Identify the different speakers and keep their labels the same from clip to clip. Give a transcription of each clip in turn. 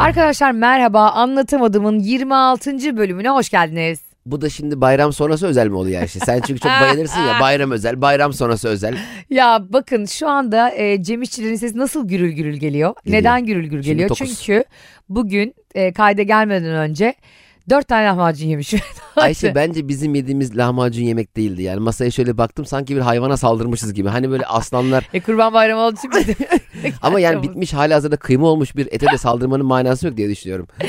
Speaker 1: Arkadaşlar merhaba Anlatamadığımın 26. bölümüne hoş geldiniz.
Speaker 2: Bu da şimdi bayram sonrası özel mi oluyor Ayşe? Sen çünkü çok bayılırsın ya bayram özel, bayram sonrası özel.
Speaker 1: Ya bakın şu anda e, Cem İşçilerin sesi nasıl gürül gürül geliyor?
Speaker 2: Geliyor.
Speaker 1: Neden gürül gürül
Speaker 2: Şimdi
Speaker 1: geliyor?
Speaker 2: tokuz.
Speaker 1: Çünkü bugün e, kayda gelmeden önce 4 tane lahmacun yemiş.
Speaker 2: Ayşe bence bizim yediğimiz lahmacun yemek değildi. Yani masaya şöyle baktım sanki bir hayvana saldırmışız gibi. Hani böyle aslanlar
Speaker 1: E, kurban bayramı olduğu için biz de-
Speaker 2: ama yani bitmiş hali hazırda kıyma olmuş bir ete de saldırmanın manası yok diye düşünüyorum. E,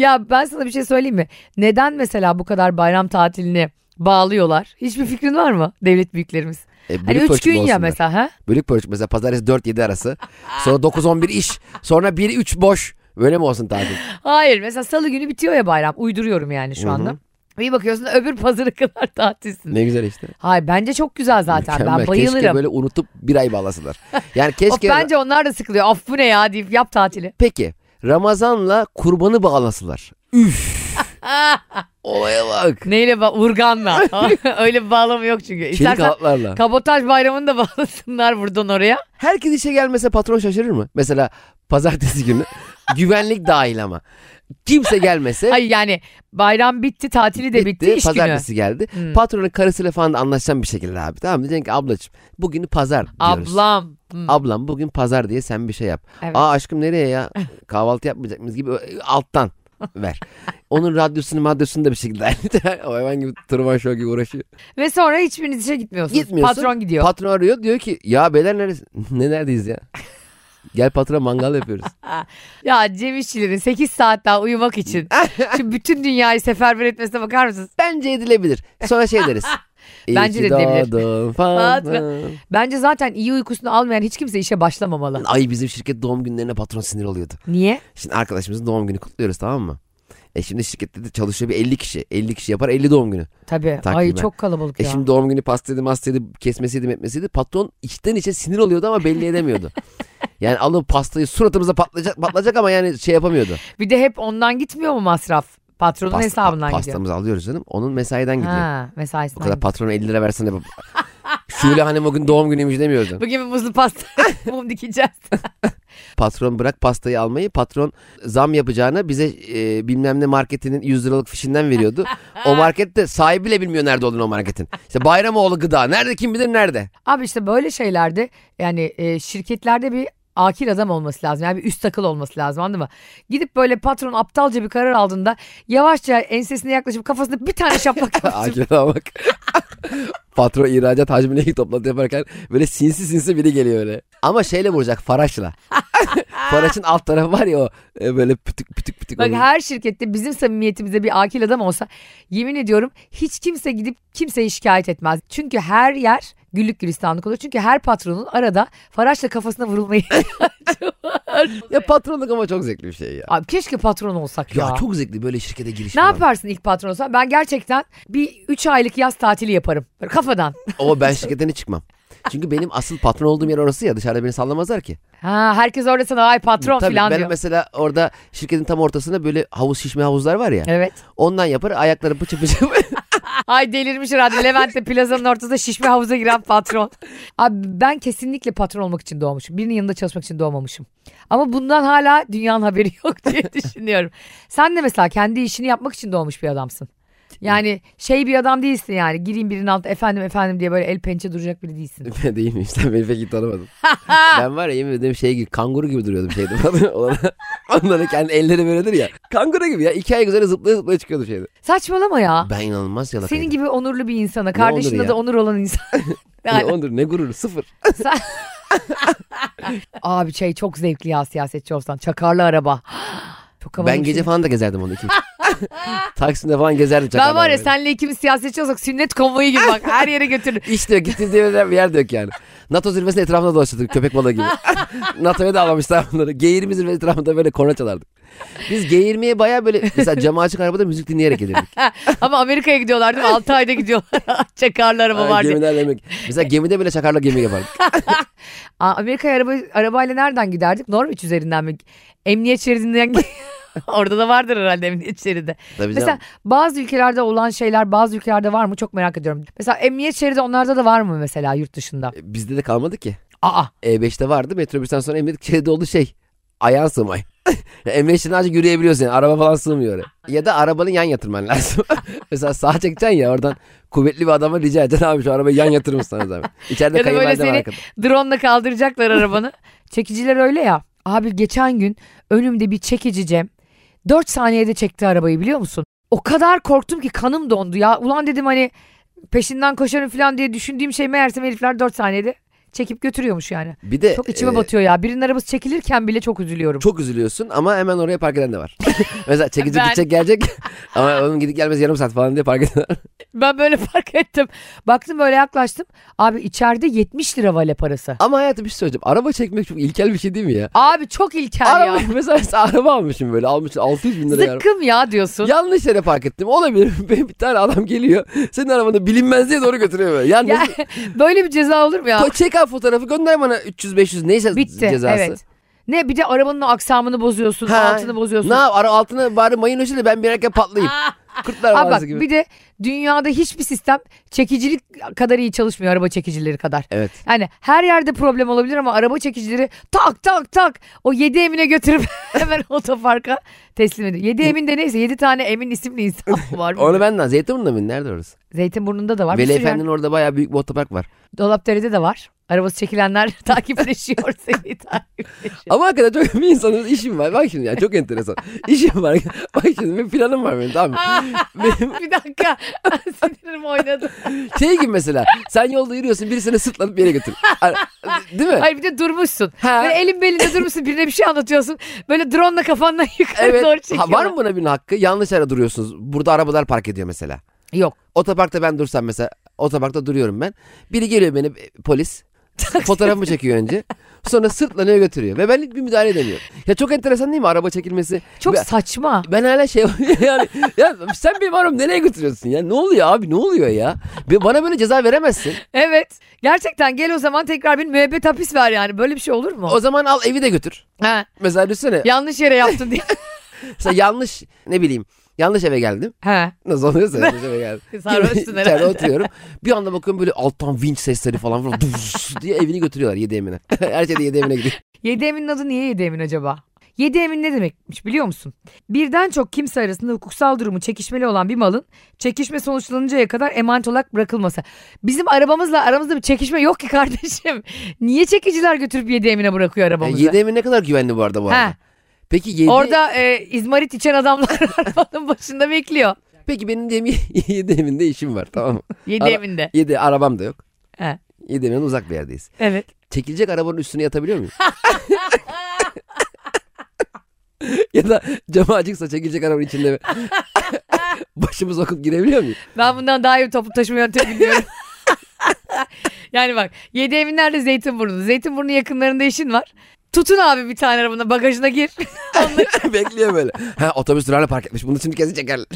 Speaker 1: Ya ben sana bir şey söyleyeyim mi? Neden mesela bu kadar bayram tatilini bağlıyorlar? Hiçbir fikrin var mı devlet büyüklerimiz?
Speaker 2: E,
Speaker 1: Hani
Speaker 2: bölük
Speaker 1: 3 gün
Speaker 2: ölçümü
Speaker 1: ya
Speaker 2: olsunlar.
Speaker 1: mesela ha?
Speaker 2: Bölük pörç mesela pazartesi 4-7 arası. Sonra 9-11 iş. Sonra 1-3 boş. Böyle mi olsun tatil?
Speaker 1: Hayır mesela salı günü bitiyor ya bayram. Uyduruyorum yani şu
Speaker 2: Hı hı.
Speaker 1: anda. Bir bakıyorsun öbür pazara kadar tatilsin.
Speaker 2: Ne güzel işte.
Speaker 1: Hayır bence çok güzel zaten.
Speaker 2: Mükemmel.
Speaker 1: Ben bayılırım.
Speaker 2: Keşke böyle unutup bir ay bağlasınlar. Yani keşke...
Speaker 1: Of bence onlar da sıkılıyor. Of bu ne ya deyip yap tatili.
Speaker 2: Peki Ramazan'la kurbanı bağlasılar. Olaya bak.
Speaker 1: Neyle ba- urganla. Öyle bir bağlamı yok çünkü.
Speaker 2: Çelik
Speaker 1: İstersen
Speaker 2: halatlarla.
Speaker 1: kabotaj bayramını da bağlasınlar buradan oraya.
Speaker 2: Herkes işe gelmese patron şaşırır mı? Mesela pazartesi günü güvenlik dahil ama. Kimse gelmese
Speaker 1: Hayır yani bayram bitti tatili de bitti, iş günü.
Speaker 2: pazartesi geldi.
Speaker 1: Hmm.
Speaker 2: Patronun karısıyla falan da anlaşacağım bir şekilde abi. Tamam mı? diyeceksin ki ablacığım bugünü pazar diyoruz.
Speaker 1: Ablam. Hı.
Speaker 2: Ablam bugün pazar diye sen bir şey yap.
Speaker 1: Evet.
Speaker 2: Aa aşkım nereye ya? Kahvaltı yapmayacak mıyız gibi ö- alttan ver. Onun radyosunu maddesini de bir şekilde hallet. o hayvan gibi tırman şov gibi uğraşıyor.
Speaker 1: Ve sonra hiçbiriniz işe gitmiyorsunuz.
Speaker 2: Gitmiyorsun.
Speaker 1: Patron gidiyor.
Speaker 2: Patron arıyor diyor ki ya beyler neresi? ne neredeyiz ya? Gel patrona mangal yapıyoruz.
Speaker 1: ya Cem İşçilerin 8 saat daha uyumak için. Şu bütün dünyayı seferber etmesine bakar mısınız?
Speaker 2: Bence edilebilir. Sonra şey deriz. İyi
Speaker 1: Bence
Speaker 2: ki
Speaker 1: de edilebilir.
Speaker 2: doğdun falan.
Speaker 1: Bence zaten iyi uykusunu almayan hiç kimse işe başlamamalı.
Speaker 2: Ay bizim şirket doğum günlerine patron sinir oluyordu.
Speaker 1: Niye?
Speaker 2: Şimdi arkadaşımızın doğum günü kutluyoruz tamam mı? E şimdi şirkette de çalışıyor bir 50 kişi. 50 kişi yapar 50 doğum günü.
Speaker 1: Tabii. Ay
Speaker 2: Takriben.
Speaker 1: çok kalabalık
Speaker 2: E
Speaker 1: ya.
Speaker 2: şimdi doğum günü pastaydı mastaydı kesmeseydi etmeseydi patron içten içe sinir oluyordu ama belli edemiyordu. yani alıp pastayı suratımıza patlayacak patlayacak ama yani şey yapamıyordu.
Speaker 1: Bir de hep ondan gitmiyor mu masraf? Patronun
Speaker 2: Past-
Speaker 1: hesabından gidiyor.
Speaker 2: pastamızı alıyoruz canım onun mesaiden gidiyor.
Speaker 1: Ha,
Speaker 2: O
Speaker 1: mesaisinden
Speaker 2: kadar patrona 50 lira versene. baba. Şule Hanım o gün doğum günüymüş demiyordu.
Speaker 1: Bugün bir muzlu pasta mum dikeceğiz.
Speaker 2: Patron bırak pastayı almayı. Patron zam yapacağına bize e, bilmem ne marketinin 100 liralık fişinden veriyordu. o markette sahibi bile bilmiyor nerede olduğunu o marketin. İşte Bayramoğlu gıda. Nerede kim bilir nerede.
Speaker 1: Abi işte böyle şeylerde yani e, şirketlerde bir akil adam olması lazım. Yani bir üst akıl olması lazım anladın mı? Gidip böyle patron aptalca bir karar aldığında yavaşça ensesine yaklaşıp kafasına bir tane şaplak yapsın.
Speaker 2: Acil bak. Patron ihracat hacmine toplantı yaparken böyle sinsi sinsi biri geliyor öyle. Ama şeyle vuracak faraşla. Faraşın alt tarafı var ya o e, böyle pütük pütük pütük.
Speaker 1: Bak
Speaker 2: onun.
Speaker 1: her şirkette bizim samimiyetimizde bir akil adam olsa yemin ediyorum hiç kimse gidip kimseye şikayet etmez. Çünkü her yer güllük gülistanlık olur. Çünkü her patronun arada faraşla kafasına vurulmayı.
Speaker 2: Ya patronluk ama çok zevkli bir şey ya.
Speaker 1: Abi keşke patron olsak ya.
Speaker 2: Ya, çok zevkli böyle şirkete giriş
Speaker 1: Ne
Speaker 2: falan.
Speaker 1: yaparsın ilk patron olsan? Ben gerçekten bir 3 aylık yaz tatili yaparım. Böyle kafadan.
Speaker 2: Ama ben şirketten hiç çıkmam. Çünkü benim asıl patron olduğum yer orası ya dışarıda beni sallamazlar ki.
Speaker 1: Ha, herkes orada sana ay patron
Speaker 2: Tabii
Speaker 1: falan
Speaker 2: ben
Speaker 1: diyor.
Speaker 2: mesela orada şirketin tam ortasında böyle havuz şişme havuzlar var ya.
Speaker 1: Evet.
Speaker 2: Ondan yapar ayakları pıçı pıçı.
Speaker 1: Ay delirmiş herhalde Levent'le plazanın ortasında şişme havuza giren patron. Abi ben kesinlikle patron olmak için doğmuşum. Birinin yanında çalışmak için doğmamışım. Ama bundan hala dünyanın haberi yok diye düşünüyorum. Sen de mesela kendi işini yapmak için doğmuş bir adamsın. Yani şey bir adam değilsin yani. Gireyim birinin altına efendim efendim diye böyle el pençe duracak biri değilsin.
Speaker 2: Değil miyim sen beni pek iyi tanımadın. ben var ya yemin ederim şey gibi kanguru gibi duruyordum şeyde. Onlara kendi elleri böyledir ya. Kanguru gibi ya iki ay güzel zıplaya zıplaya çıkıyordu şeyde.
Speaker 1: Saçmalama ya.
Speaker 2: Ben inanılmaz yalakaydım.
Speaker 1: Senin gibi onurlu bir insana,
Speaker 2: onuru
Speaker 1: kardeşinde
Speaker 2: ya?
Speaker 1: de onur olan insan.
Speaker 2: Ne
Speaker 1: Yani,
Speaker 2: onur Hani ne gurur sıfır.
Speaker 1: abi şey çok zevkli ya siyasetçi olsan. Çakarlı araba. Çok havalı
Speaker 2: ben
Speaker 1: bir
Speaker 2: gece
Speaker 1: şey.
Speaker 2: falan da gezerdim onu ikimiz. Taksim'de falan gezerdim.
Speaker 1: Ben var
Speaker 2: çakarlarla
Speaker 1: ya
Speaker 2: böyle.
Speaker 1: senle ikimiz siyasetçi olsak sünnet konvoyu gibi bak her yere götürür.
Speaker 2: İşte gittiğimiz yerler bir yer diyor ki yani. NATO zirvesinin etrafında dolaşırdık köpek balığı gibi. NATO'ya da alamışlar bunları. G20 zirvesi etrafında böyle korna çalardık. Biz G20'ye baya böyle mesela cama açık arabada müzik dinleyerek gelirdik.
Speaker 1: Ama Amerika'ya gidiyorlar değil mi? 6 ayda gidiyorlar. Çakarlı araba
Speaker 2: Ha,
Speaker 1: var diye.
Speaker 2: gemiler demek. Mesela gemide böyle çakarla gemi yapardık.
Speaker 1: Aa, Amerika'ya araba, arabayla nereden giderdik? Norveç üzerinden mi? Emniyet şeridinden Orada da vardır herhalde emniyet şeridi.
Speaker 2: Tabii
Speaker 1: Mesela
Speaker 2: canım.
Speaker 1: bazı ülkelerde olan şeyler bazı ülkelerde var mı çok merak ediyorum. Mesela emniyet şeridi onlarda da var mı mesela yurt dışında?
Speaker 2: E, Bizde de kalmadı ki.
Speaker 1: Aa
Speaker 2: E5'te vardı metrobüsten sonra emniyet kilidi oldu şey. ayağın sığmay. Emre için ancak yürüyebiliyorsun yani. Araba falan sığmıyor oraya. Ya da arabanın yan yatırman lazım. Mesela sağa çekeceksin ya oradan kuvvetli bir adama rica edeceksin abi şu arabayı yan yatırır mısın sana zahmet. İçeride
Speaker 1: Ya da böyle
Speaker 2: kayınvalide var
Speaker 1: seni-
Speaker 2: arkada.
Speaker 1: Drone'la kaldıracaklar arabanı. Çekiciler öyle ya. Abi geçen gün önümde bir çekici Cem 4 saniyede çekti arabayı biliyor musun? O kadar korktum ki kanım dondu ya. Ulan dedim hani peşinden koşarım falan diye düşündüğüm şey meğersem herifler 4 saniyede çekip götürüyormuş yani.
Speaker 2: Bir de
Speaker 1: Çok içime
Speaker 2: e,
Speaker 1: batıyor ya. Birinin arabası çekilirken bile çok üzülüyorum.
Speaker 2: Çok üzülüyorsun ama hemen oraya park eden de var. Mesela çekici
Speaker 1: Ben-
Speaker 2: gidecek gelecek ama onun gidip gelmesi yarım saat falan diye park eden var.
Speaker 1: Ben böyle fark ettim. Baktım böyle yaklaştım. Abi içeride 70 lira vale parası.
Speaker 2: Ama hayatım bir şey söyleyeceğim. Araba çekmek çok ilkel bir şey değil mi ya?
Speaker 1: Abi çok ilkel
Speaker 2: Araba
Speaker 1: ya.
Speaker 2: mesela sen araba almışım böyle almışsın 600 bin liraya araba.
Speaker 1: Zıkkım ya diyorsun.
Speaker 2: Yanlış yere park ettim. Olabilir. Benim bir tane adam geliyor. Senin arabanı bilinmezliğe doğru götürüyor böyle. Yani
Speaker 1: Ya, böyle bir ceza olur mu ya?
Speaker 2: ko- çek al fotoğrafı gönder bana 300-500 neyse
Speaker 1: Bitti
Speaker 2: cezası.
Speaker 1: evet. Ne bir de arabanın o aksamını bozuyorsun,
Speaker 2: Ha,
Speaker 1: altını bozuyorsun.
Speaker 2: Ne yap? Ara altına bari mayın öşeyle ben bir erken patlayayım. Kurtlar
Speaker 1: Abi Ah. bak
Speaker 2: Vadisi gibi.
Speaker 1: bir de dünyada hiçbir sistem çekicilik kadar iyi çalışmıyor araba çekicileri kadar.
Speaker 2: Evet.
Speaker 1: Yani her yerde problem olabilir ama araba çekicileri tak tak tak o yedi emine götürüp hemen otoparka teslim ediyor. Yedi emin de neyse yedi tane emin isimli insan var.
Speaker 2: Onu ben de Zeytinburnu'nda mı? Nerede orası?
Speaker 1: Zeytinburnu'nda da var. bir
Speaker 2: Veli
Speaker 1: sürü yer-
Speaker 2: Efendi'nin orada bayağı büyük bir otopark var.
Speaker 1: Dolapdere'de de var. Arabası çekilenler takipleşiyor seni takipleşiyor.
Speaker 2: Ama hakikaten çok bir insanın işim var. Bak şimdi ya çok enteresan. İşim var. Bak şimdi bir planım var benim tamam mı?
Speaker 1: Ah.
Speaker 2: Benim
Speaker 1: bir dakika sinirim oynadı.
Speaker 2: şey gibi mesela sen yolda yürüyorsun biri seni sırtlanıp bir yere götür. Hani, Değil mi?
Speaker 1: Hayır bir de durmuşsun.
Speaker 2: Ha.
Speaker 1: Böyle elin belinde durmuşsun birine bir şey anlatıyorsun. Böyle drone'la kafandan yukarı
Speaker 2: Evet.
Speaker 1: doğru
Speaker 2: Ha,
Speaker 1: çekiyorlar.
Speaker 2: var mı buna bir hakkı? Yanlış yere duruyorsunuz. Burada arabalar park ediyor mesela.
Speaker 1: Yok.
Speaker 2: Otoparkta ben dursam mesela otoparkta duruyorum ben. Biri geliyor beni e, polis fotoğrafımı çekiyor önce. Sonra sırtlanıyor götürüyor ve ben hiçbir müdahale edemiyorum. Ya çok enteresan değil mi araba çekilmesi?
Speaker 1: Çok
Speaker 2: ben,
Speaker 1: saçma.
Speaker 2: ben hala şey yani ya sen benim arabamı nereye götürüyorsun ya? Ne oluyor abi? Ne oluyor ya? Be- Bana böyle ceza veremezsin.
Speaker 1: Evet. Gerçekten gel o zaman tekrar bir müebbet hapis ver yani. Böyle bir şey olur mu?
Speaker 2: O zaman al evi de götür.
Speaker 1: Ha,
Speaker 2: Mesela düşünsene.
Speaker 1: yanlış yere yaptın diye.
Speaker 2: Mesela yanlış ne bileyim yanlış eve geldim.
Speaker 1: ha.
Speaker 2: Nasıl oluyorsa yanlış eve geldim.
Speaker 1: Sarhoşsun
Speaker 2: İçeride
Speaker 1: herhalde.
Speaker 2: oturuyorum. Bir anda bakıyorum böyle alttan vinç sesleri falan filan dus diye evini götürüyorlar yedi emine. Her şeyde yedi emine gidiyor.
Speaker 1: Yedi Emin'in adı niye Yedi Emin acaba? Yedi Emin ne demekmiş biliyor musun? Birden çok kimse arasında hukuksal durumu çekişmeli olan bir malın çekişme sonuçlanıncaya kadar emanet olarak bırakılması. Bizim arabamızla aramızda bir çekişme yok ki kardeşim. Niye çekiciler götürüp Yedi Emin'e bırakıyor
Speaker 2: E,
Speaker 1: arabamızı?
Speaker 2: yedi emin ne kadar güvenli bu arada bu arada.
Speaker 1: Ha.
Speaker 2: Peki yedi,
Speaker 1: Orada e, izmarit içen adamlar arabanın başında bekliyor.
Speaker 2: peki benim diyelim yedi eminde işim var tamam mı?
Speaker 1: Yedi
Speaker 2: Ara-
Speaker 1: evinde.
Speaker 2: Yedi arabam da yok.
Speaker 1: He.
Speaker 2: Yedi eminden uzak bir yerdeyiz.
Speaker 1: Evet.
Speaker 2: Çekilecek arabanın üstüne yatabiliyor muyum? ya da camı açıksa çekilecek arabanın içinde mi? başımız okup girebiliyor muyum?
Speaker 1: Ben bundan daha iyi bir toplu taşıma yöntemi biliyorum. yani bak yedi evin nerede Zeytinburnu. Zeytinburnu yakınlarında işin var. Tutun abi bir tane arabana bagajına gir.
Speaker 2: Bekliyor böyle. Ha otobüs durağına park etmiş. Bunu şimdi kesin çekerler.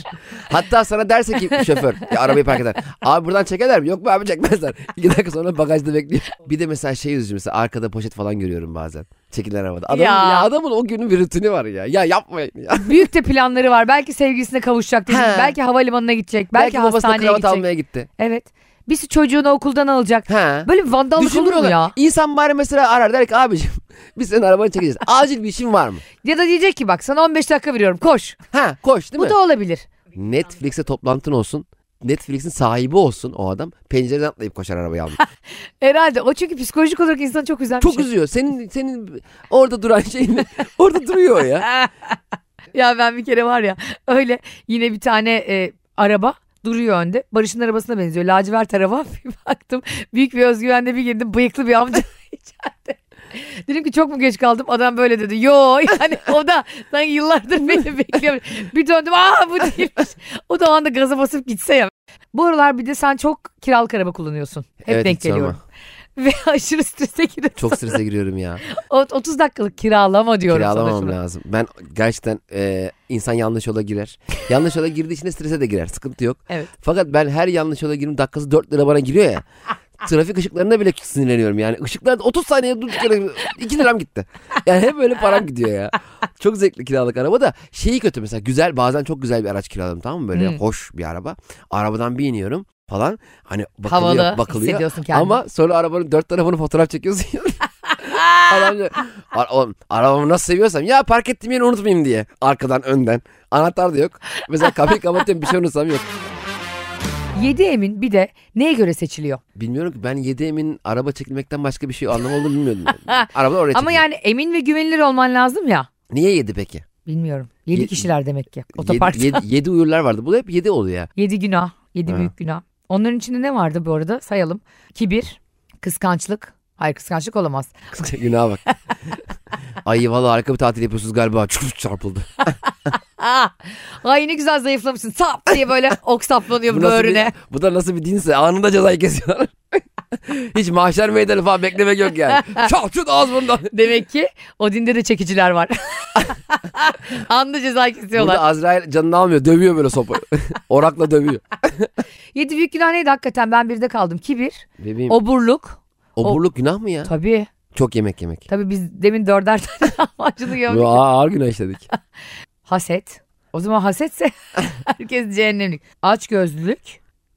Speaker 2: Hatta sana derse ki şoför ya arabayı park eder. Abi buradan çekerler mi? Yok mu abi çekmezler. İki dakika sonra bagajda bekliyor. Bir de mesela şey üzücü mesela arkada poşet falan görüyorum bazen. Çekilen arabada. Adamın,
Speaker 1: Ya.
Speaker 2: ya. adamın o günün bir rutini var ya. Ya yapmayın ya. Belki,
Speaker 1: Büyük de planları var. Belki sevgilisine kavuşacak. dedim.
Speaker 2: He.
Speaker 1: Belki havalimanına gidecek. Belki,
Speaker 2: babasına
Speaker 1: hastaneye
Speaker 2: kravat
Speaker 1: gidecek.
Speaker 2: almaya gitti.
Speaker 1: Evet. Bir sürü çocuğunu okuldan alacak.
Speaker 2: Ha.
Speaker 1: Böyle bir vandallık olur mu
Speaker 2: Düşünür
Speaker 1: ya?
Speaker 2: ya. İnsan bari mesela arar der ki abicim biz senin arabanı çekeceğiz. Acil bir işin var mı?
Speaker 1: Ya da diyecek ki bak sana 15 dakika veriyorum koş.
Speaker 2: Ha koş değil
Speaker 1: Bu
Speaker 2: mi?
Speaker 1: da olabilir.
Speaker 2: Netflix'e toplantın olsun. Netflix'in sahibi olsun o adam. Pencereden atlayıp koşar arabayı almak.
Speaker 1: Herhalde o çünkü psikolojik olarak insanı çok üzen bir
Speaker 2: Çok
Speaker 1: şey.
Speaker 2: üzüyor. Senin senin orada duran şeyin orada duruyor ya.
Speaker 1: Ya ben bir kere var ya öyle yine bir tane e, araba duruyor önde. Barış'ın arabasına benziyor. Lacivert araba. Bir baktım büyük bir özgüvenle bir girdim. Bıyıklı bir amca içeride. Dedim ki çok mu geç kaldım? Adam böyle dedi. Yo yani o da sanki yıllardır beni bekliyor. Bir döndüm aa bu değilmiş. O da o anda gaza basıp gitse ya. Bu aralar bir de sen çok kiralık araba kullanıyorsun. Hep denk
Speaker 2: hiç sorma.
Speaker 1: geliyorum. Ve aşırı strese giriyorsun.
Speaker 2: Çok strese giriyorum ya.
Speaker 1: O- 30 dakikalık kiralama diyorum sana
Speaker 2: Kiralamam
Speaker 1: şunu.
Speaker 2: lazım. Ben gerçekten e, insan yanlış yola girer. Yanlış yola girdiği için de strese de girer. Sıkıntı yok.
Speaker 1: Evet.
Speaker 2: Fakat ben her yanlış yola girdiğim dakikası 4 lira bana giriyor ya. Trafik ışıklarında bile sinirleniyorum yani. Işıklar 30 saniye durduk yere 2 liram gitti. Yani hep böyle param gidiyor ya. Çok zevkli kiralık araba da şeyi kötü mesela güzel bazen çok güzel bir araç kiraladım tamam mı? Böyle
Speaker 1: Hmm.
Speaker 2: hoş bir araba. Arabadan bir iniyorum falan. Hani bakılıyor,
Speaker 1: Havalı
Speaker 2: bakılıyor.
Speaker 1: hissediyorsun kendini.
Speaker 2: Ama sonra arabanın dört tarafını fotoğraf çekiyorsun. Adam diyor, "Ar- oğlum, arabamı nasıl seviyorsam ya park ettiğim yeri unutmayayım diye. Arkadan önden. Anahtar da yok. Mesela kapıyı kapatıyorum bir şey unutsam yok.
Speaker 1: 7 emin bir de neye göre seçiliyor?
Speaker 2: Bilmiyorum ki ben 7 emin araba çekilmekten başka bir şey anlam olduğunu bilmiyordum. Yani. Araba oraya
Speaker 1: Ama
Speaker 2: çekildi.
Speaker 1: yani emin ve güvenilir olman lazım ya.
Speaker 2: Niye 7 peki?
Speaker 1: Bilmiyorum. 7
Speaker 2: Ye-
Speaker 1: kişiler demek ki otoparkta.
Speaker 2: 7, uyurlar vardı. Bu da hep 7 oluyor ya.
Speaker 1: 7 günah, 7
Speaker 2: Ha.
Speaker 1: büyük günah. Onların içinde ne vardı bu arada? Sayalım. Kibir, kıskançlık. Hayır kıskançlık olamaz.
Speaker 2: Kısa Günaha bak. Ay valla harika bir tatil yapıyorsunuz galiba. Çuf çarpıldı.
Speaker 1: Aa, Ah! ay ne güzel zayıflamışsın. Sap diye böyle oksaplanıyor
Speaker 2: Bu, nasıl
Speaker 1: böğrüne.
Speaker 2: bir, bu da nasıl bir dinse anında cezayı kesiyorlar. Hiç mahşer meydanı falan beklemek yok yani. Çat çut ağız bundan.
Speaker 1: Demek ki Odin'de de çekiciler var. Anda ceza kesiyorlar.
Speaker 2: Burada Azrail canını almıyor. Dövüyor böyle sopayı. Orakla dövüyor.
Speaker 1: Yedi büyük günah neydi hakikaten ben birde kaldım. Kibir,
Speaker 2: Bebeğim
Speaker 1: oburluk.
Speaker 2: oburluk günah mı ya?
Speaker 1: Tabii.
Speaker 2: Çok yemek yemek.
Speaker 1: Tabii biz demin dörder tane lahmacunu
Speaker 2: Bu
Speaker 1: gömdük.
Speaker 2: ağır günah işledik.
Speaker 1: Haset. O zaman hasetse herkes cehennemlik. Açgözlülük,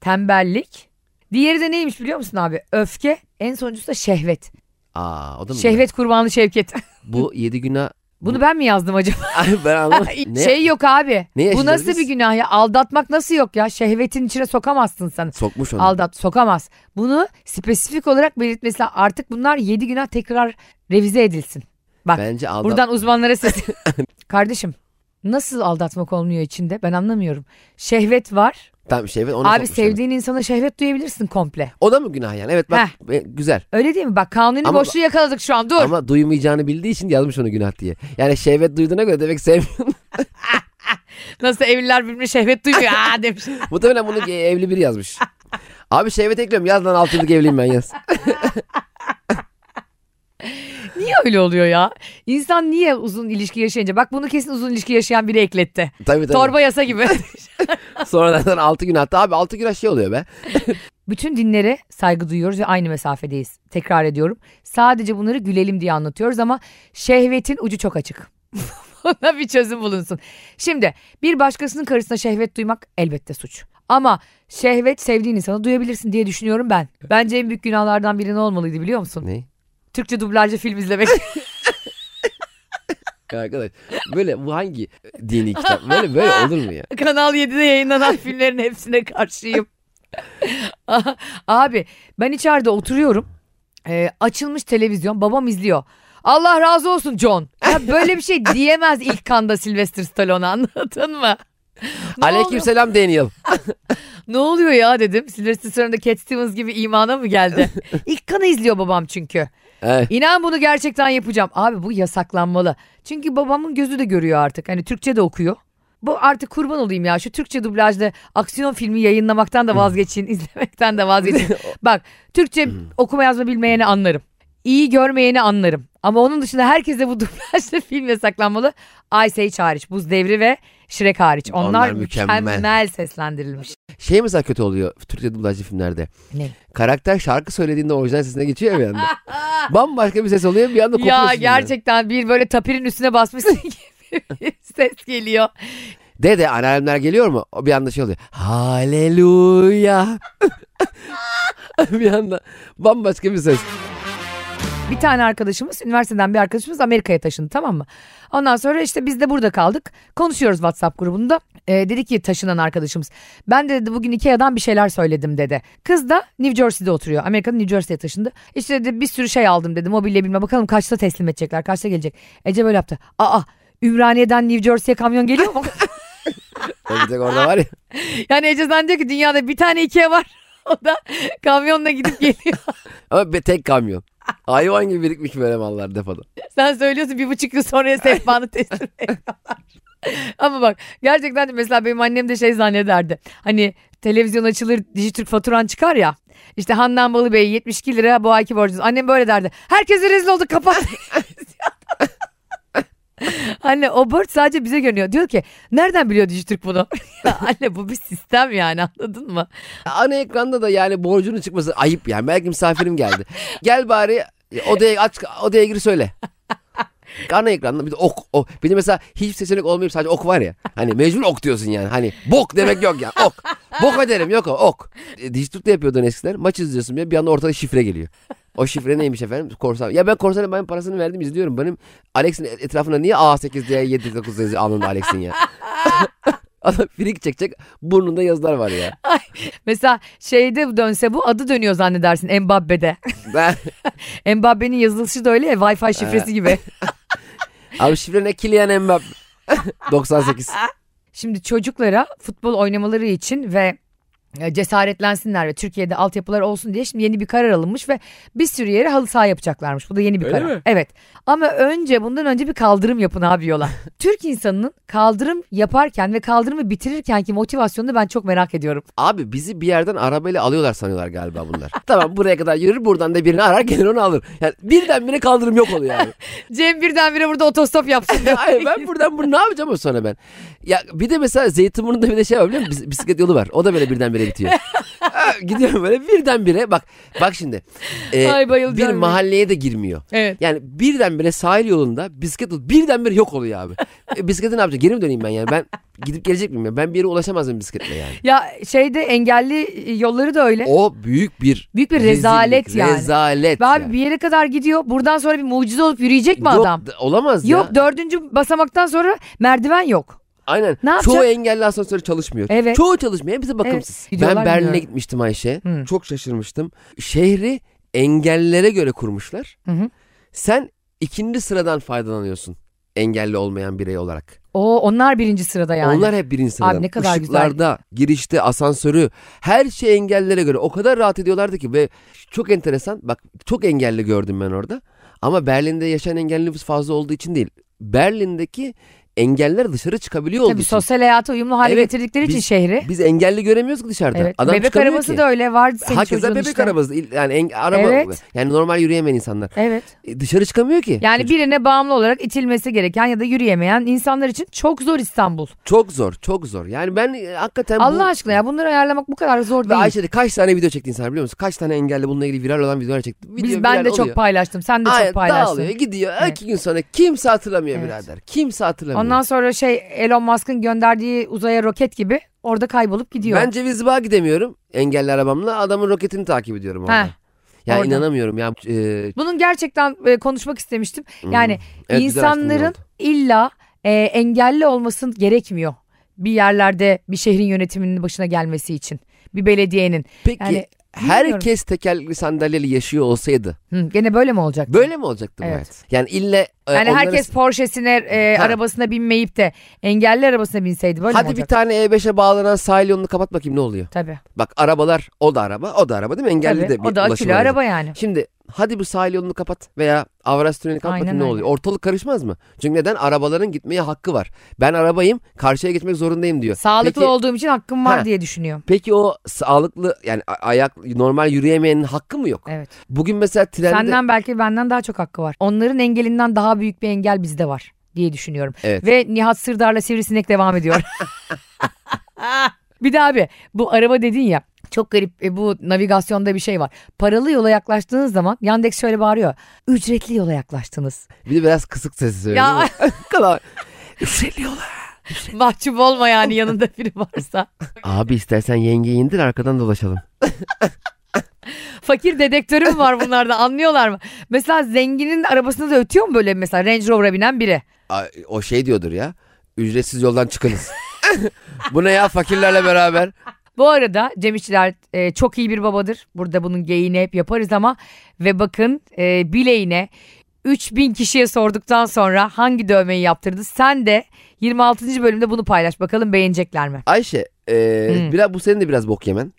Speaker 1: tembellik. Diğeri de neymiş biliyor musun abi? Öfke. En sonuncusu da şehvet.
Speaker 2: Aa, o da mı
Speaker 1: Şehvet kurbanlı Şevket.
Speaker 2: günah? Bu 7 günah.
Speaker 1: Bunu ben mi yazdım acaba?
Speaker 2: Ay, ben anlamadım. Ne?
Speaker 1: Şey yok abi.
Speaker 2: Ne
Speaker 1: Bu
Speaker 2: yaşayacağız
Speaker 1: nasıl
Speaker 2: biz?
Speaker 1: bir günah ya? Aldatmak nasıl yok ya? Şehvetin içine sokamazsın sen.
Speaker 2: Sokmuş onu.
Speaker 1: Aldat sokamaz. Bunu spesifik olarak belirtmesi lazım. Artık bunlar yedi günah tekrar revize edilsin. Bak
Speaker 2: Bence aldat.
Speaker 1: Buradan uzmanlara ses. Kardeşim nasıl aldatmak olmuyor içinde ben anlamıyorum. Şehvet var.
Speaker 2: Tamam şehvet onu
Speaker 1: Abi
Speaker 2: sokmuş yani.
Speaker 1: sevdiğin insana şehvet duyabilirsin komple.
Speaker 2: O da mı günah yani? Evet bak e, güzel.
Speaker 1: Öyle değil mi? Bak kanuni
Speaker 2: Ama-
Speaker 1: boşluğu yakaladık şu an dur.
Speaker 2: Ama duymayacağını bildiği için yazmış onu günah diye. Yani şehvet duyduğuna göre demek sevmiyor.
Speaker 1: Nasıl evliler birbirine şehvet duymuyor aa demiş.
Speaker 2: Muhtemelen bunu e, evli biri yazmış. Abi şehvet ekliyorum yaz lan 6 yıllık evliyim ben yaz.
Speaker 1: Niye öyle oluyor ya? İnsan niye uzun ilişki yaşayınca? Bak bunu kesin uzun ilişki yaşayan biri ekletti.
Speaker 2: Tabii tabii.
Speaker 1: Torba yasa gibi.
Speaker 2: Sonradan 6 günah. Abi 6 günah şey oluyor be.
Speaker 1: Bütün dinlere saygı duyuyoruz ve aynı mesafedeyiz. Tekrar ediyorum. Sadece bunları gülelim diye anlatıyoruz ama şehvetin ucu çok açık. Buna bir çözüm bulunsun. Şimdi bir başkasının karısına şehvet duymak elbette suç. Ama şehvet sevdiğin insana duyabilirsin diye düşünüyorum ben. Bence en büyük günahlardan biri ne olmalıydı biliyor musun?
Speaker 2: Ne?
Speaker 1: Türkçe dublajlı film izlemek.
Speaker 2: Ya Arkadaş böyle bu hangi dini kitap? Böyle böyle olur mu ya?
Speaker 1: Kanal 7'de yayınlanan filmlerin hepsine karşıyım. Abi ben içeride oturuyorum. Ee, açılmış televizyon babam izliyor. Allah razı olsun John. Ya böyle bir şey diyemez ilk kanda Sylvester Stallone anladın mı? Ne
Speaker 2: Aleyküm
Speaker 1: oluyor?
Speaker 2: selam Daniel.
Speaker 1: Ne oluyor ya dedim. Sylvester Stallone'da Cat Stevens gibi imana mı geldi? İlk kanı izliyor babam çünkü.
Speaker 2: Evet.
Speaker 1: İnan bunu gerçekten yapacağım. Abi bu yasaklanmalı. Çünkü babamın gözü de görüyor artık. Hani Türkçe de okuyor. Bu artık kurban olayım ya. Şu Türkçe dublajlı aksiyon filmi yayınlamaktan da vazgeçin. izlemekten de vazgeçin. Bak Türkçe okuma yazma bilmeyeni anlarım. İyi görmeyeni anlarım. Ama onun dışında herkese bu dublajlı film yasaklanmalı. Ice Age hariç. Buz Devri ve Shrek hariç. Onlar,
Speaker 2: Onlar
Speaker 1: mükemmel.
Speaker 2: mükemmel.
Speaker 1: seslendirilmiş.
Speaker 2: Şey mesela kötü oluyor Türkçe dublajlı filmlerde.
Speaker 1: Ne?
Speaker 2: Karakter şarkı söylediğinde orijinal sesine geçiyor ya bir anda. Bambaşka bir ses oluyor bir anda kopuyorsun.
Speaker 1: Ya
Speaker 2: yani.
Speaker 1: gerçekten bir böyle tapirin üstüne basmışsın gibi bir ses geliyor.
Speaker 2: Dede anneannemler geliyor mu? O bir anda şey oluyor. Haleluya. bir anda bambaşka bir ses.
Speaker 1: Bir tane arkadaşımız, üniversiteden bir arkadaşımız Amerika'ya taşındı tamam mı? Ondan sonra işte biz de burada kaldık. Konuşuyoruz WhatsApp grubunda. Ee, dedi ki taşınan arkadaşımız. Ben de dedi bugün Ikea'dan bir şeyler söyledim dedi. Kız da New Jersey'de oturuyor. Amerika'da New Jersey'ye taşındı. İşte dedi bir sürü şey aldım dedi. Mobilya bilmem bakalım kaçta teslim edecekler, kaçta gelecek. Ece böyle yaptı. Aa Ümraniye'den New Jersey'ye kamyon geliyor mu?
Speaker 2: O bir tek orada var ya.
Speaker 1: yani Ece zannediyor ki dünyada bir tane Ikea var. O da kamyonla gidip geliyor.
Speaker 2: Ama bir tek kamyon. Hayvan gibi birikmiş böyle mallar depoda.
Speaker 1: Sen söylüyorsun bir buçuk yıl sonra sehpanı teslim ediyorlar. Ama bak gerçekten de mesela benim annem de şey zannederdi. Hani televizyon açılır Dijitürk faturan çıkar ya. İşte Handan Balı Bey 72 lira bu ayki borcunuz. Annem böyle derdi. Herkese rezil olduk kapat. Anne o borç sadece bize görünüyor. Diyor ki nereden biliyor Dijitürk bunu? Ya anne bu bir sistem yani anladın mı?
Speaker 2: Ana ekranda da yani borcunun çıkması ayıp yani. Belki misafirim geldi. Gel bari e, odaya aç odaya gir söyle. Ana ekranda bir de ok, ok. Bir de mesela hiçbir seçenek olmayıp sadece ok var ya. Hani mecbur ok diyorsun yani. Hani bok demek yok yani ok. Bok ederim yok o ok. E, Dijitürk'te yapıyordun eskiden. Maç izliyorsun bir, bir anda ortada şifre geliyor. O şifre neymiş efendim? Korsan. Ya ben korsanın ben parasını verdim izliyorum. Benim Alex'in etrafına niye A8 diye 79 yazıyor alnında Alex'in ya? Adam frik çekecek burnunda yazılar var ya.
Speaker 1: Mesela şeyde dönse bu adı dönüyor zannedersin Mbappe'de.
Speaker 2: Ben,
Speaker 1: Mbappe'nin yazılışı da öyle ya Wi-Fi şifresi gibi.
Speaker 2: abi şifre ne Kylian Mbappe? 98.
Speaker 1: Şimdi çocuklara futbol oynamaları için ve e, cesaretlensinler ve Türkiye'de altyapılar olsun diye şimdi yeni bir karar alınmış ve bir sürü yere halı saha yapacaklarmış. Bu da yeni bir
Speaker 3: Öyle
Speaker 1: karar.
Speaker 3: mi?
Speaker 1: Evet. Ama önce bundan önce bir kaldırım yapın abi yola. Türk insanının kaldırım yaparken ve kaldırımı bitirirken ki motivasyonunu ben çok merak ediyorum.
Speaker 2: Abi bizi bir yerden arabayla alıyorlar sanıyorlar galiba bunlar. tamam buraya kadar yürür buradan da birini arar gelir onu alır. Yani birdenbire kaldırım yok oluyor abi.
Speaker 1: Cem birdenbire burada otostop yapsın. diyor.
Speaker 2: Hayır ben buradan bunu ne yapacağım o sonra ben? Ya bir de mesela Zeytinburnu'nda bir de şey var biliyor musun? Bis- Bisiklet yolu var. O da böyle birdenbire bitiyor. Ha, Gidiyorum böyle birdenbire bak bak şimdi. e,
Speaker 1: Ay
Speaker 2: bir
Speaker 1: bayılacağım. ya.
Speaker 2: mahalleye de girmiyor.
Speaker 1: Evet.
Speaker 2: Yani birdenbire sahil yolunda bisiklet yolu birdenbire yok oluyor abi. E, bisikleti ne yapacağım? Geri mi döneyim ben yani? Ben gidip gelecek miyim? ya? Ben bir yere ulaşamazdım bisikletle yani.
Speaker 1: Ya şeyde engelli e, yolları da öyle.
Speaker 2: O büyük bir
Speaker 1: Büyük bir rezalet
Speaker 2: rezillik,
Speaker 1: yani.
Speaker 2: Rezalet.
Speaker 1: Ve abi
Speaker 2: yani.
Speaker 1: bir yere kadar gidiyor. Buradan sonra bir mucize olup yürüyecek mi
Speaker 2: Yok,
Speaker 1: adam?
Speaker 2: d- Olamaz ya.
Speaker 1: Yok dördüncü basamaktan sonra merdiven yok.
Speaker 2: Aynen.
Speaker 1: Ne yapacak?
Speaker 2: Çoğu engelli asansörü çalışmıyor.
Speaker 1: Evet.
Speaker 2: Çoğu çalışmıyor. Hepsi bakımsız.
Speaker 1: Evet. Gidiyorlar,
Speaker 2: Ben Berlin'e
Speaker 1: gidiyorlar.
Speaker 2: gitmiştim Ayşe.
Speaker 1: Hı.
Speaker 2: Çok şaşırmıştım. Şehri engellilere göre kurmuşlar.
Speaker 1: Hı hı.
Speaker 2: Sen ikinci sıradan faydalanıyorsun. Engelli olmayan birey olarak.
Speaker 1: O onlar birinci sırada yani.
Speaker 2: Onlar hep birinci sıradan.
Speaker 1: Abi ne kadar güzel.
Speaker 2: Işıklarda, girişte, asansörü her şey engellilere göre. O kadar rahat ediyorlardı ki ve çok enteresan. Bak çok engelli gördüm ben orada. Ama Berlin'de yaşayan engelli nüfus fazla olduğu için değil. Berlin'deki engeller dışarı çıkabiliyor olduğu
Speaker 1: Tabii
Speaker 2: için.
Speaker 1: sosyal hayata uyumlu hale
Speaker 2: Evet,
Speaker 1: getirdikleri için
Speaker 2: biz-
Speaker 1: şehri.
Speaker 2: Biz engelli göremiyoruz ki dışarıda.
Speaker 1: Evet.
Speaker 2: Adam
Speaker 1: bebek
Speaker 2: çıkamıyor
Speaker 1: arabası
Speaker 2: ki.
Speaker 1: da öyle vardı senin
Speaker 2: Hakeza
Speaker 1: çocuğun
Speaker 2: bebek
Speaker 1: işte.
Speaker 2: arabası. il- Yani en- araba
Speaker 1: Evet.
Speaker 2: yani normal yürüyemeyen insanlar.
Speaker 1: Evet.
Speaker 2: E, dışarı çıkamıyor ki.
Speaker 1: Yani
Speaker 2: Çocuk-
Speaker 1: birine bağımlı olarak itilmesi gereken ya da yürüyemeyen insanlar için çok zor İstanbul.
Speaker 2: çok zor, çok zor. Yani ben e, hakikaten
Speaker 1: Allah
Speaker 2: bu
Speaker 1: aşkına ya bunları ayarlamak bu kadar zor
Speaker 2: ve
Speaker 1: değil.
Speaker 2: Ayşe'de kaç tane video çekti insan biliyor musun? Kaç tane engelli bununla ilgili viral olan videolar çekti. Video
Speaker 1: Biz ben
Speaker 2: viral
Speaker 1: de çok
Speaker 2: oluyor.
Speaker 1: paylaştım. Sen de
Speaker 2: Aynen,
Speaker 1: çok paylaştın.
Speaker 2: Dağılıyor gidiyor.
Speaker 1: Evet.
Speaker 2: İki gün sonra kimse hatırlamıyor
Speaker 1: Evet.
Speaker 2: birader. Kimse hatırlamıyor.
Speaker 1: Ondan sonra şey Elon Musk'ın gönderdiği uzaya roket gibi orada kaybolup gidiyor.
Speaker 2: ben Ceviz Bağ'a gidemiyorum engelli arabamla. Adamın roketini takip ediyorum orada.
Speaker 1: Heh,
Speaker 2: ya
Speaker 1: oradan.
Speaker 2: inanamıyorum ya. e,
Speaker 1: Bunun gerçekten e, konuşmak istemiştim.
Speaker 2: hmm.
Speaker 1: Yani
Speaker 2: Evet, güzel açtın, iyi
Speaker 1: İnsanların
Speaker 2: oldu.
Speaker 1: illa e, engelli olmasın gerekmiyor. Bir yerlerde bir şehrin yönetiminin başına gelmesi için. Bir belediyenin.
Speaker 2: Peki
Speaker 1: Yani
Speaker 2: herkes tekerlekli sandalyeli yaşıyor olsaydı
Speaker 1: Hı, gene böyle mi olacak?
Speaker 2: böyle mi olacaktı bu
Speaker 1: Evet.
Speaker 2: hayat? Yani ille e,
Speaker 1: yani
Speaker 2: onları-
Speaker 1: herkes Porsche'sine, e,
Speaker 2: Ha.
Speaker 1: arabasına binmeyip de engelli arabasına binseydi böyle mi
Speaker 2: Hadi bir
Speaker 1: olacak?
Speaker 2: tane E5'e bağlanan sahil yolunu kapat bakayım ne oluyor?
Speaker 1: Tabii.
Speaker 2: Bak arabalar o da araba o da araba değil mi? Engelli
Speaker 1: tabii.
Speaker 2: de bir
Speaker 1: o da
Speaker 2: ulaşım
Speaker 1: akülü
Speaker 2: aracı.
Speaker 1: araba yani.
Speaker 2: Şimdi hadi bu sahil yolunu kapat veya Avras Tüneli'ni kapat
Speaker 1: Aynen
Speaker 2: bakayım ne
Speaker 1: öyle.
Speaker 2: oluyor? Ortalık karışmaz mı? Çünkü neden? Arabaların gitmeye hakkı var. Ben arabayım karşıya geçmek zorundayım diyor.
Speaker 1: Sağlıklı
Speaker 2: Peki-
Speaker 1: olduğum için hakkım var
Speaker 2: Ha.
Speaker 1: diye düşünüyorum.
Speaker 2: Peki o sağlıklı yani a- ayak normal yürüyemeyenin hakkı mı yok?
Speaker 1: Evet.
Speaker 2: Bugün mesela trende...
Speaker 1: Senden belki benden daha çok hakkı var. Onların engelinden daha büyük bir engel bizde var diye düşünüyorum.
Speaker 2: Evet.
Speaker 1: Ve Nihat Sırdar'la Sivrisinek devam ediyor. bir de abi bu araba dedin ya çok garip e, bu navigasyonda bir şey var. Paralı yola yaklaştığınız zaman Yandex şöyle bağırıyor. Ücretli yola yaklaştınız.
Speaker 2: Bir de biraz kısık sesi söylüyor.
Speaker 1: Ya
Speaker 2: Kadar. Üfeliyorlar.
Speaker 1: mahcup olma yani yanında biri varsa.
Speaker 2: Abi istersen yengeyi indir arkadan dolaşalım.
Speaker 1: Fakir dedektörü mü var bunlarda anlıyorlar mı? Mesela zenginin arabasını da ötüyor mu böyle mesela Range Rover'a binen biri?
Speaker 2: Ay, o şey diyordur ya. Ücretsiz yoldan çıkınız. Bu ne ya fakirlerle beraber.
Speaker 1: Bu arada Cem İşçiler, e, çok iyi bir babadır. Burada bunun geyini hep yaparız ama ve bakın e, bileğine 3000 kişiye sorduktan sonra hangi dövmeyi yaptırdı? Sen de 26. bölümde bunu paylaş bakalım beğenecekler mi?
Speaker 2: Ayşe e,
Speaker 1: Hmm.
Speaker 2: biraz, bu senin de biraz bok yemen.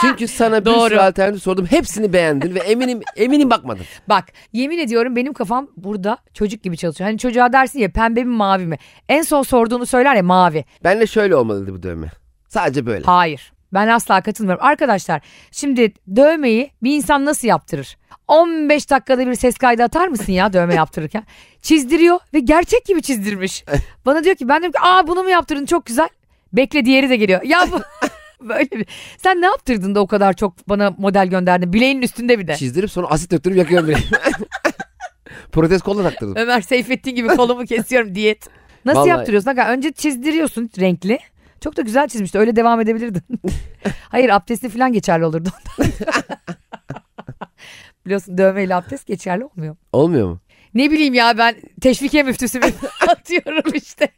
Speaker 2: Çünkü sana bir
Speaker 1: Doğru.
Speaker 2: sürü alternatif sordum. Hepsini beğendin ve eminim eminim bakmadın.
Speaker 1: Bak yemin ediyorum benim kafam burada çocuk gibi çalışıyor. Hani çocuğa dersin ya pembe mi mavi mi? En son sorduğunu söyler ya mavi.
Speaker 2: Benle şöyle olmalıydı bu dövme. Sadece böyle.
Speaker 1: Hayır. Ben asla katılmıyorum. Arkadaşlar şimdi dövmeyi bir insan nasıl yaptırır? 15 dakikada bir ses kaydı atar mısın ya dövme yaptırırken? Çizdiriyor ve gerçek gibi çizdirmiş. Bana diyor ki ben diyorum ki aa bunu mu yaptırdın çok güzel. Bekle diğeri de geliyor. Ya bu böyle bir. Sen ne yaptırdın da o kadar çok bana model gönderdin? Bileğinin üstünde bir de.
Speaker 2: Çizdirip sonra asit döktürüp yakıyorum bile. Protez kolla taktırdım.
Speaker 1: Ömer Seyfettin gibi kolumu kesiyorum diyet. Nasıl
Speaker 2: Vallahi-
Speaker 1: yaptırıyorsun? Hakikaten Önce çizdiriyorsun renkli. Çok da güzel çizmişti. Öyle devam edebilirdin. Hayır abdesti falan geçerli olurdu. Biliyorsun dövmeyle abdest geçerli olmuyor.
Speaker 2: Olmuyor mu?
Speaker 1: Ne bileyim ya ben teşvikiye müftüsü mü atıyorum işte.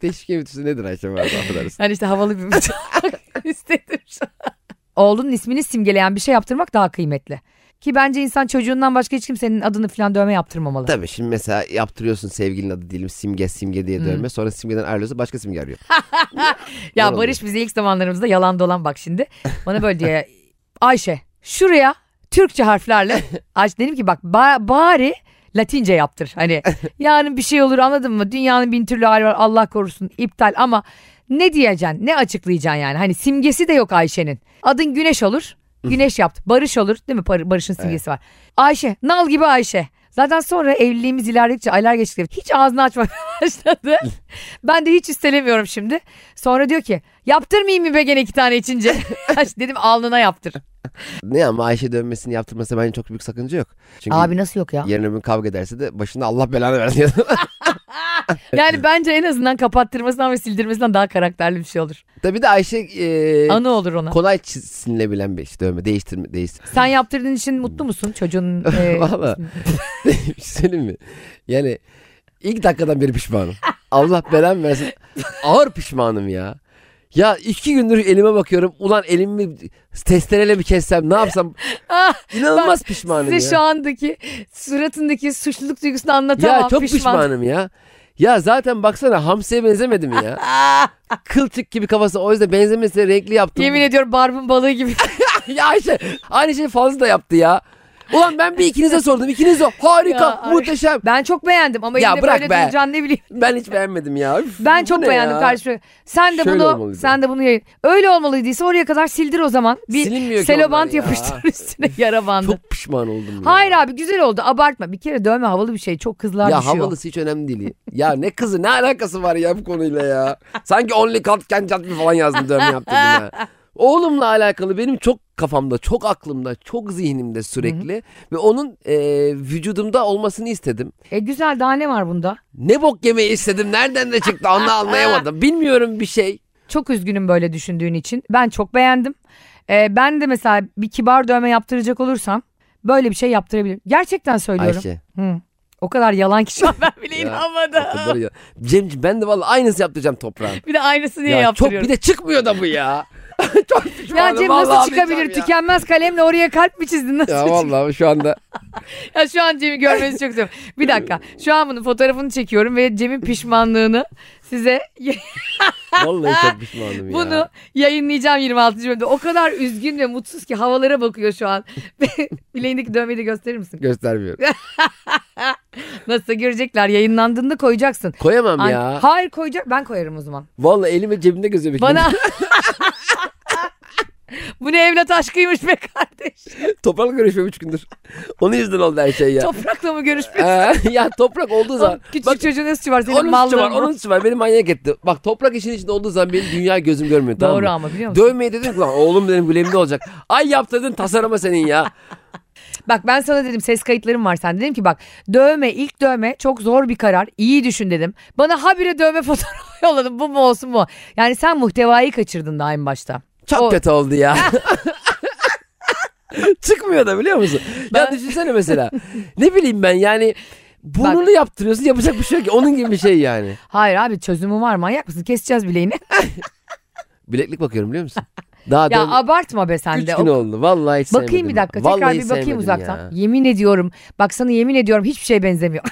Speaker 2: Teşvik müftüsü nedir Ayşe abi? Affedersin.
Speaker 1: Yani işte havalı bir müftü istedim şu an. Oğlunun ismini simgeleyen bir şey yaptırmak daha kıymetli. Ki bence insan çocuğundan başka hiç kimsenin adını falan dövme yaptırmamalı.
Speaker 2: Tabii şimdi mesela yaptırıyorsun sevgilinin adı diyelim simge simge diye
Speaker 1: Hmm.
Speaker 2: dövme. Sonra simgeden ayrılıyorsa başka simge arıyor.
Speaker 1: Ya
Speaker 2: Doğru.
Speaker 1: Barış bize ilk zamanlarımızda yalan dolan bak şimdi. Bana böyle diye Ayşe şuraya Türkçe harflerle Ayşe dedim ki bak ba- bari Latince yaptır. Hani yarın bir şey olur anladın mı? Dünyanın bin türlü hali var Allah korusun iptal ama ne diyeceksin ne açıklayacaksın yani? Hani simgesi de yok Ayşe'nin. Adın Güneş olur. Güneş yaptı. Barış olur değil mi? Bar- Barış'ın simgesi var. Ayşe nal gibi Ayşe. Zaten sonra evliliğimiz ilerledikçe aylar geçtikçe hiç ağzını açmaya başladı. Ben de hiç istelemiyorum şimdi. Sonra diyor ki yaptırmayayım mı be gene iki tane içince? Dedim alnına yaptır.
Speaker 2: Ne ama Ayşe dövmesini yaptırması bence çok büyük sakınca yok. Çünkü
Speaker 1: Abi nasıl yok ya?
Speaker 2: yarın öbür gün kavga ederse de başında Allah belanı versin. ya.
Speaker 1: Yani bence en azından kapattırmasından ve sildirmesinden daha karakterli bir şey olur.
Speaker 2: Tabii de Ayşe e,
Speaker 1: Anı olur ona.
Speaker 2: kolay sinilebilen bir işte dövme. Değiştirme, değiştir.
Speaker 1: Sen yaptırdığın için mutlu musun çocuğun? e,
Speaker 2: Valla. bir şey söyleyeyim mi? Yani ilk dakikadan beri pişmanım. Allah belamı versin. Ağır pişmanım ya. Ya iki gündür elime bakıyorum. Ulan elimi testereyle mi kessem ne yapsam?
Speaker 1: Ah,
Speaker 2: İnanılmaz pişmanım
Speaker 1: Size
Speaker 2: ya.
Speaker 1: şu andaki suratındaki suçluluk duygusunu anlatamam.
Speaker 2: ya çok
Speaker 1: Pişman.
Speaker 2: pişmanım ya. Ya zaten baksana hamsiye benzemedim ya.
Speaker 1: Ah,
Speaker 2: Kılçık gibi kafası o yüzden benzemesine renkli yaptım.
Speaker 1: yemin ediyorum barbun balığı gibi.
Speaker 2: ya Ayşe aynı şey fazla da yaptı ya. Ulan ben bir ikinize sordum. İkiniz de harika,
Speaker 1: Ya Ayşe.
Speaker 2: muhteşem.
Speaker 1: Ben çok beğendim ama
Speaker 2: Ya
Speaker 1: yine
Speaker 2: bırak
Speaker 1: böyle
Speaker 2: be.
Speaker 1: duracağını ne bileyim.
Speaker 2: Ben hiç beğenmedim ya. Üf,
Speaker 1: Ben
Speaker 2: bu
Speaker 1: çok
Speaker 2: ne
Speaker 1: beğendim
Speaker 2: ya?
Speaker 1: karşı. Sen de
Speaker 2: Şöyle
Speaker 1: bunu
Speaker 2: olmalıydı.
Speaker 1: sen de bunu yayın. Öyle olmalıydıysa oraya kadar sildir o zaman. Bir
Speaker 2: Silinmiyor ki
Speaker 1: selobant
Speaker 2: onlar ya.
Speaker 1: yapıştır üstüne yara bandı.
Speaker 2: Çok pişman oldum ya.
Speaker 1: Hayır abi güzel oldu abartma. Bir kere dövme havalı bir şey. Çok kızlar
Speaker 2: Ya
Speaker 1: düşüyor.
Speaker 2: havalısı hiç önemli değil. Ya ne kızı ne alakası var ya bu konuyla ya. Sanki only cut can chat me falan yazdım dövme yaptırdım ya. Oğlumla alakalı benim çok kafamda, çok aklımda, çok zihnimde sürekli. Ve onun e, vücudumda olmasını istedim.
Speaker 1: E güzel daha ne var bunda?
Speaker 2: Ne bok yemeyi istedim, nereden de çıktı onu anlayamadım. Bilmiyorum bir şey.
Speaker 1: Çok üzgünüm böyle düşündüğün için. Ben çok beğendim. E, ben de mesela bir kibar dövme yaptıracak olursam böyle bir şey yaptırabilirim. Gerçekten söylüyorum.
Speaker 2: Ayşe.
Speaker 1: Hı. O kadar yalan ki şu an ben bile
Speaker 2: Ya,
Speaker 1: inanmadım.
Speaker 2: kadar ya. Cemciğim ben de vallahi aynısı yaptıracağım toprağın.
Speaker 1: Bir de aynısını niye
Speaker 2: Ya çok bir
Speaker 1: yaptırıyorum?
Speaker 2: de çıkmıyor da bu ya. çok pişmanım.
Speaker 1: ya Cem
Speaker 2: vallahi
Speaker 1: nasıl
Speaker 2: anlayacağım
Speaker 1: çıkabilir?
Speaker 2: ya.
Speaker 1: Tükenmez kalemle oraya kalp mi çizdin? Nasıl
Speaker 2: Ya
Speaker 1: çıkar?
Speaker 2: vallahi şu anda
Speaker 1: Ya şu an Cem'i görmenizi çok istiyorum. Bir dakika. Şu an bunun fotoğrafını çekiyorum ve Cem'in pişmanlığını size
Speaker 2: vallahi çok pişmanım ya.
Speaker 1: bunu yayınlayacağım 26. bölümde. O kadar üzgün ve mutsuz ki havalara bakıyor şu an. Bileğindeki dövmeyi de gösterir misin?
Speaker 2: göstermiyorum.
Speaker 1: Nasıl görecekler? Yayınlandığında koyacaksın.
Speaker 2: Koyamam
Speaker 1: An-
Speaker 2: ya.
Speaker 1: Hayır koyacak. Ben koyarım o zaman.
Speaker 2: Vallahi elime cebimde gözüme
Speaker 1: Bana Bu ne evlat aşkıymış be kardeş.
Speaker 2: Toprakla görüşmüyorum üç gündür. Onun yüzden oldu her şey ya.
Speaker 1: Toprakla mı görüşmüyorsun?
Speaker 2: Ee, ya toprak olduğu zaman.
Speaker 1: Küçük
Speaker 2: Bak,
Speaker 1: çocuğun üstü var senin
Speaker 2: onun suçu var,
Speaker 1: mallığın. bu.
Speaker 2: onun suçu var. Beni manyak etti. Bak toprak işin içinde olduğu zaman benim dünya gözüm görmüyor. tamam
Speaker 1: Doğru
Speaker 2: mı?
Speaker 1: ama biliyor musun?
Speaker 2: Dövmeyi dedim ki lan oğlum dedim gülemde olacak. Ay yaptırdın tasarıma senin ya.
Speaker 1: Bak ben sana dedim ses kayıtlarım var sen. Dedim ki bak dövme ilk dövme çok zor bir karar. İyi düşün dedim. Bana habire dövme fotoğrafı yolladın. Bu mu olsun bu. Yani sen muhtevayı kaçırdın daha en başta.
Speaker 2: Çok
Speaker 1: O-
Speaker 2: kötü oldu ya. Çıkmıyor da biliyor musun? Ya
Speaker 1: Ben-
Speaker 2: düşünsene mesela. ne bileyim ben yani burnunu yaptırıyorsun yapacak bir şey yok ki. Onun gibi bir şey yani.
Speaker 1: Hayır abi çözümü var manyak mısın? Keseceğiz bileğini.
Speaker 2: Bileklik bakıyorum biliyor musun? Daha
Speaker 1: ya
Speaker 2: dön-
Speaker 1: abartma be sen
Speaker 2: Üç
Speaker 1: de.
Speaker 2: gün
Speaker 1: O-
Speaker 2: oldu. Vallahi hiç
Speaker 1: Bakayım
Speaker 2: sevmedim
Speaker 1: bir
Speaker 2: ya.
Speaker 1: dakika tekrar
Speaker 2: Vallahi
Speaker 1: bir bakayım
Speaker 2: sevmedim
Speaker 1: uzaktan.
Speaker 2: ya.
Speaker 1: Yemin ediyorum bak sana yemin ediyorum hiçbir şeye benzemiyor.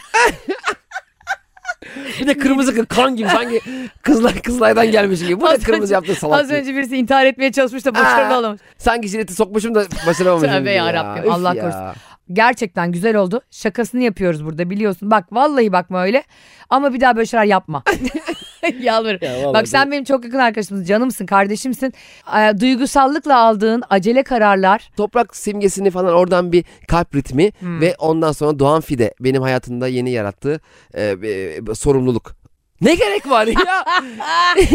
Speaker 2: Bir de kırmızı kı- kan gibi sanki kızlar kızlaydan gelmiş gibi. Bu da
Speaker 1: Az önce-
Speaker 2: kırmızı yaptı salak.
Speaker 1: Az
Speaker 2: diyor.
Speaker 1: önce birisi intihar etmeye çalışmış da başarılı
Speaker 2: Aa.
Speaker 1: olamamış.
Speaker 2: Sanki jileti sokmuşum da başaramamışım.
Speaker 1: Tövbe
Speaker 2: gibi
Speaker 1: yarabbim,
Speaker 2: Üf
Speaker 1: Allah
Speaker 2: ya.
Speaker 1: korusun. Gerçekten güzel oldu. Şakasını yapıyoruz burada biliyorsun. Bak vallahi bakma öyle. Ama bir daha böyle şeyler yapma. Yalvarırım.
Speaker 2: Ya vallahi
Speaker 1: Bak sen benim çok yakın arkadaşımsın, canımsın, kardeşimsin. Ee, Duygusallıkla aldığın acele kararlar.
Speaker 2: Toprak simgesini falan oradan bir kalp ritmi
Speaker 1: Hmm.
Speaker 2: ve ondan sonra Doğan Fide benim hayatımda yeni yarattığı e, bir- bir sorumluluk. Ne gerek var ya?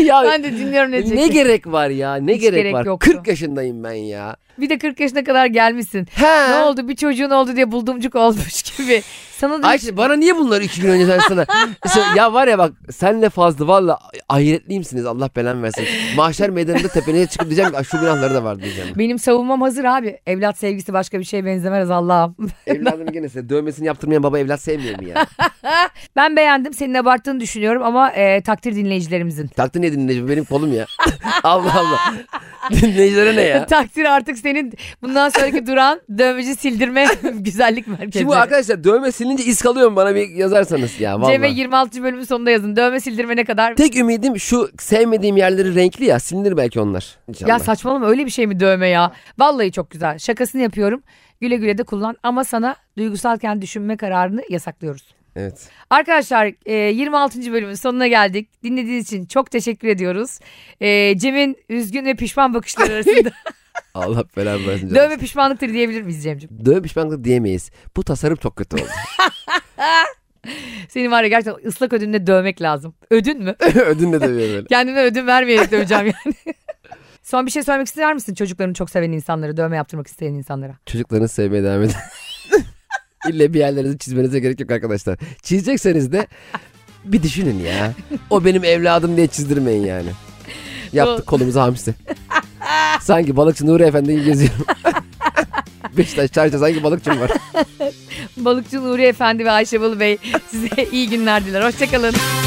Speaker 2: ya
Speaker 1: Ah, Ben de dinliyorum ne
Speaker 2: ne
Speaker 1: diyeceksin.
Speaker 2: gerek var ya? Ne
Speaker 1: Hiç
Speaker 2: gerek,
Speaker 1: gerek
Speaker 2: var?
Speaker 1: yoktu.
Speaker 2: 40 yaşındayım ben ya.
Speaker 1: Bir de 40 yaşına kadar gelmişsin.
Speaker 2: He.
Speaker 1: Ne oldu bir çocuğun oldu diye buldumcuk olmuş gibi. Sana da
Speaker 2: Ayşe bana niye bunları iki gün önce söylesene? Sen- ya var ya bak senle fazla valla ahiretliyimsiniz Allah belanı versin. Mahşer meydanında tepenize çıkıp diyeceğim ki "Ay, şu günahları da var diyeceğim.
Speaker 1: benim savunmam hazır abi. Evlat sevgisi başka bir şeye benzemez Allah'ım.
Speaker 2: Evladım gene size dövmesini yaptırmayan baba evlat sevmiyor mu ya?
Speaker 1: Ben beğendim. Senin abarttığını düşünüyorum ama e, takdir dinleyicilerimizin.
Speaker 2: Taktı ne dinleyici benim kolum ya. Allah Allah. Dinleyicilere ne ya?
Speaker 1: Takdir artık senin bundan sonraki duran dövmeci sildirme güzellik merkezi.
Speaker 2: Şimdi bu arkadaşlar dövme silince iz kalıyor mu bana bir yazarsanız ya vallahi.
Speaker 1: Cem'e 26. bölümün sonunda yazın. Dövme sildirme ne kadar?
Speaker 2: Tek ümidim şu sevmediğim yerleri renkli ya silinir belki onlar. İnşallah.
Speaker 1: Ya saçmalama öyle bir şey mi dövme ya? Vallahi çok güzel. Şakasını yapıyorum. Güle güle de kullan ama sana duygusalken düşünme kararını yasaklıyoruz.
Speaker 2: Evet.
Speaker 1: Arkadaşlar e, 26. bölümün sonuna geldik. Dinlediğiniz için çok teşekkür ediyoruz. E, Cem'in üzgün ve pişman bakışları arasında
Speaker 2: Allah belanı versin. canım.
Speaker 1: dövme pişmanlıktır diyebilir miyiz Cem'ciğim?
Speaker 2: Dövme pişmanlık diyemeyiz. Bu tasarım çok kötü oldu.
Speaker 1: Seni var ya gerçekten ıslak ödünle dövmek lazım. Ödün mü?
Speaker 2: Ödünle dövüyor böyle.
Speaker 1: Kendime ödün vermeyerek döveceğim yani. Son bir şey söylemek ister misin çocuklarını çok seven insanlara, dövme yaptırmak isteyen insanlara?
Speaker 2: Çocuklarını sevmeye devam edin. İlle bir yerlerinizi çizmenize gerek yok arkadaşlar. Çizecekseniz de bir düşünün ya. O benim evladım diye çizdirmeyin yani. Yaptık kolumuza hamsi. Sanki balıkçı Nuri Efendi gibi geziyorum. Beşiktaş çarşıda sanki balıkçım var.
Speaker 1: Balıkçı Nuri Efendi ve Ayşe Balı Bey size iyi günler diler. Hoşçakalın.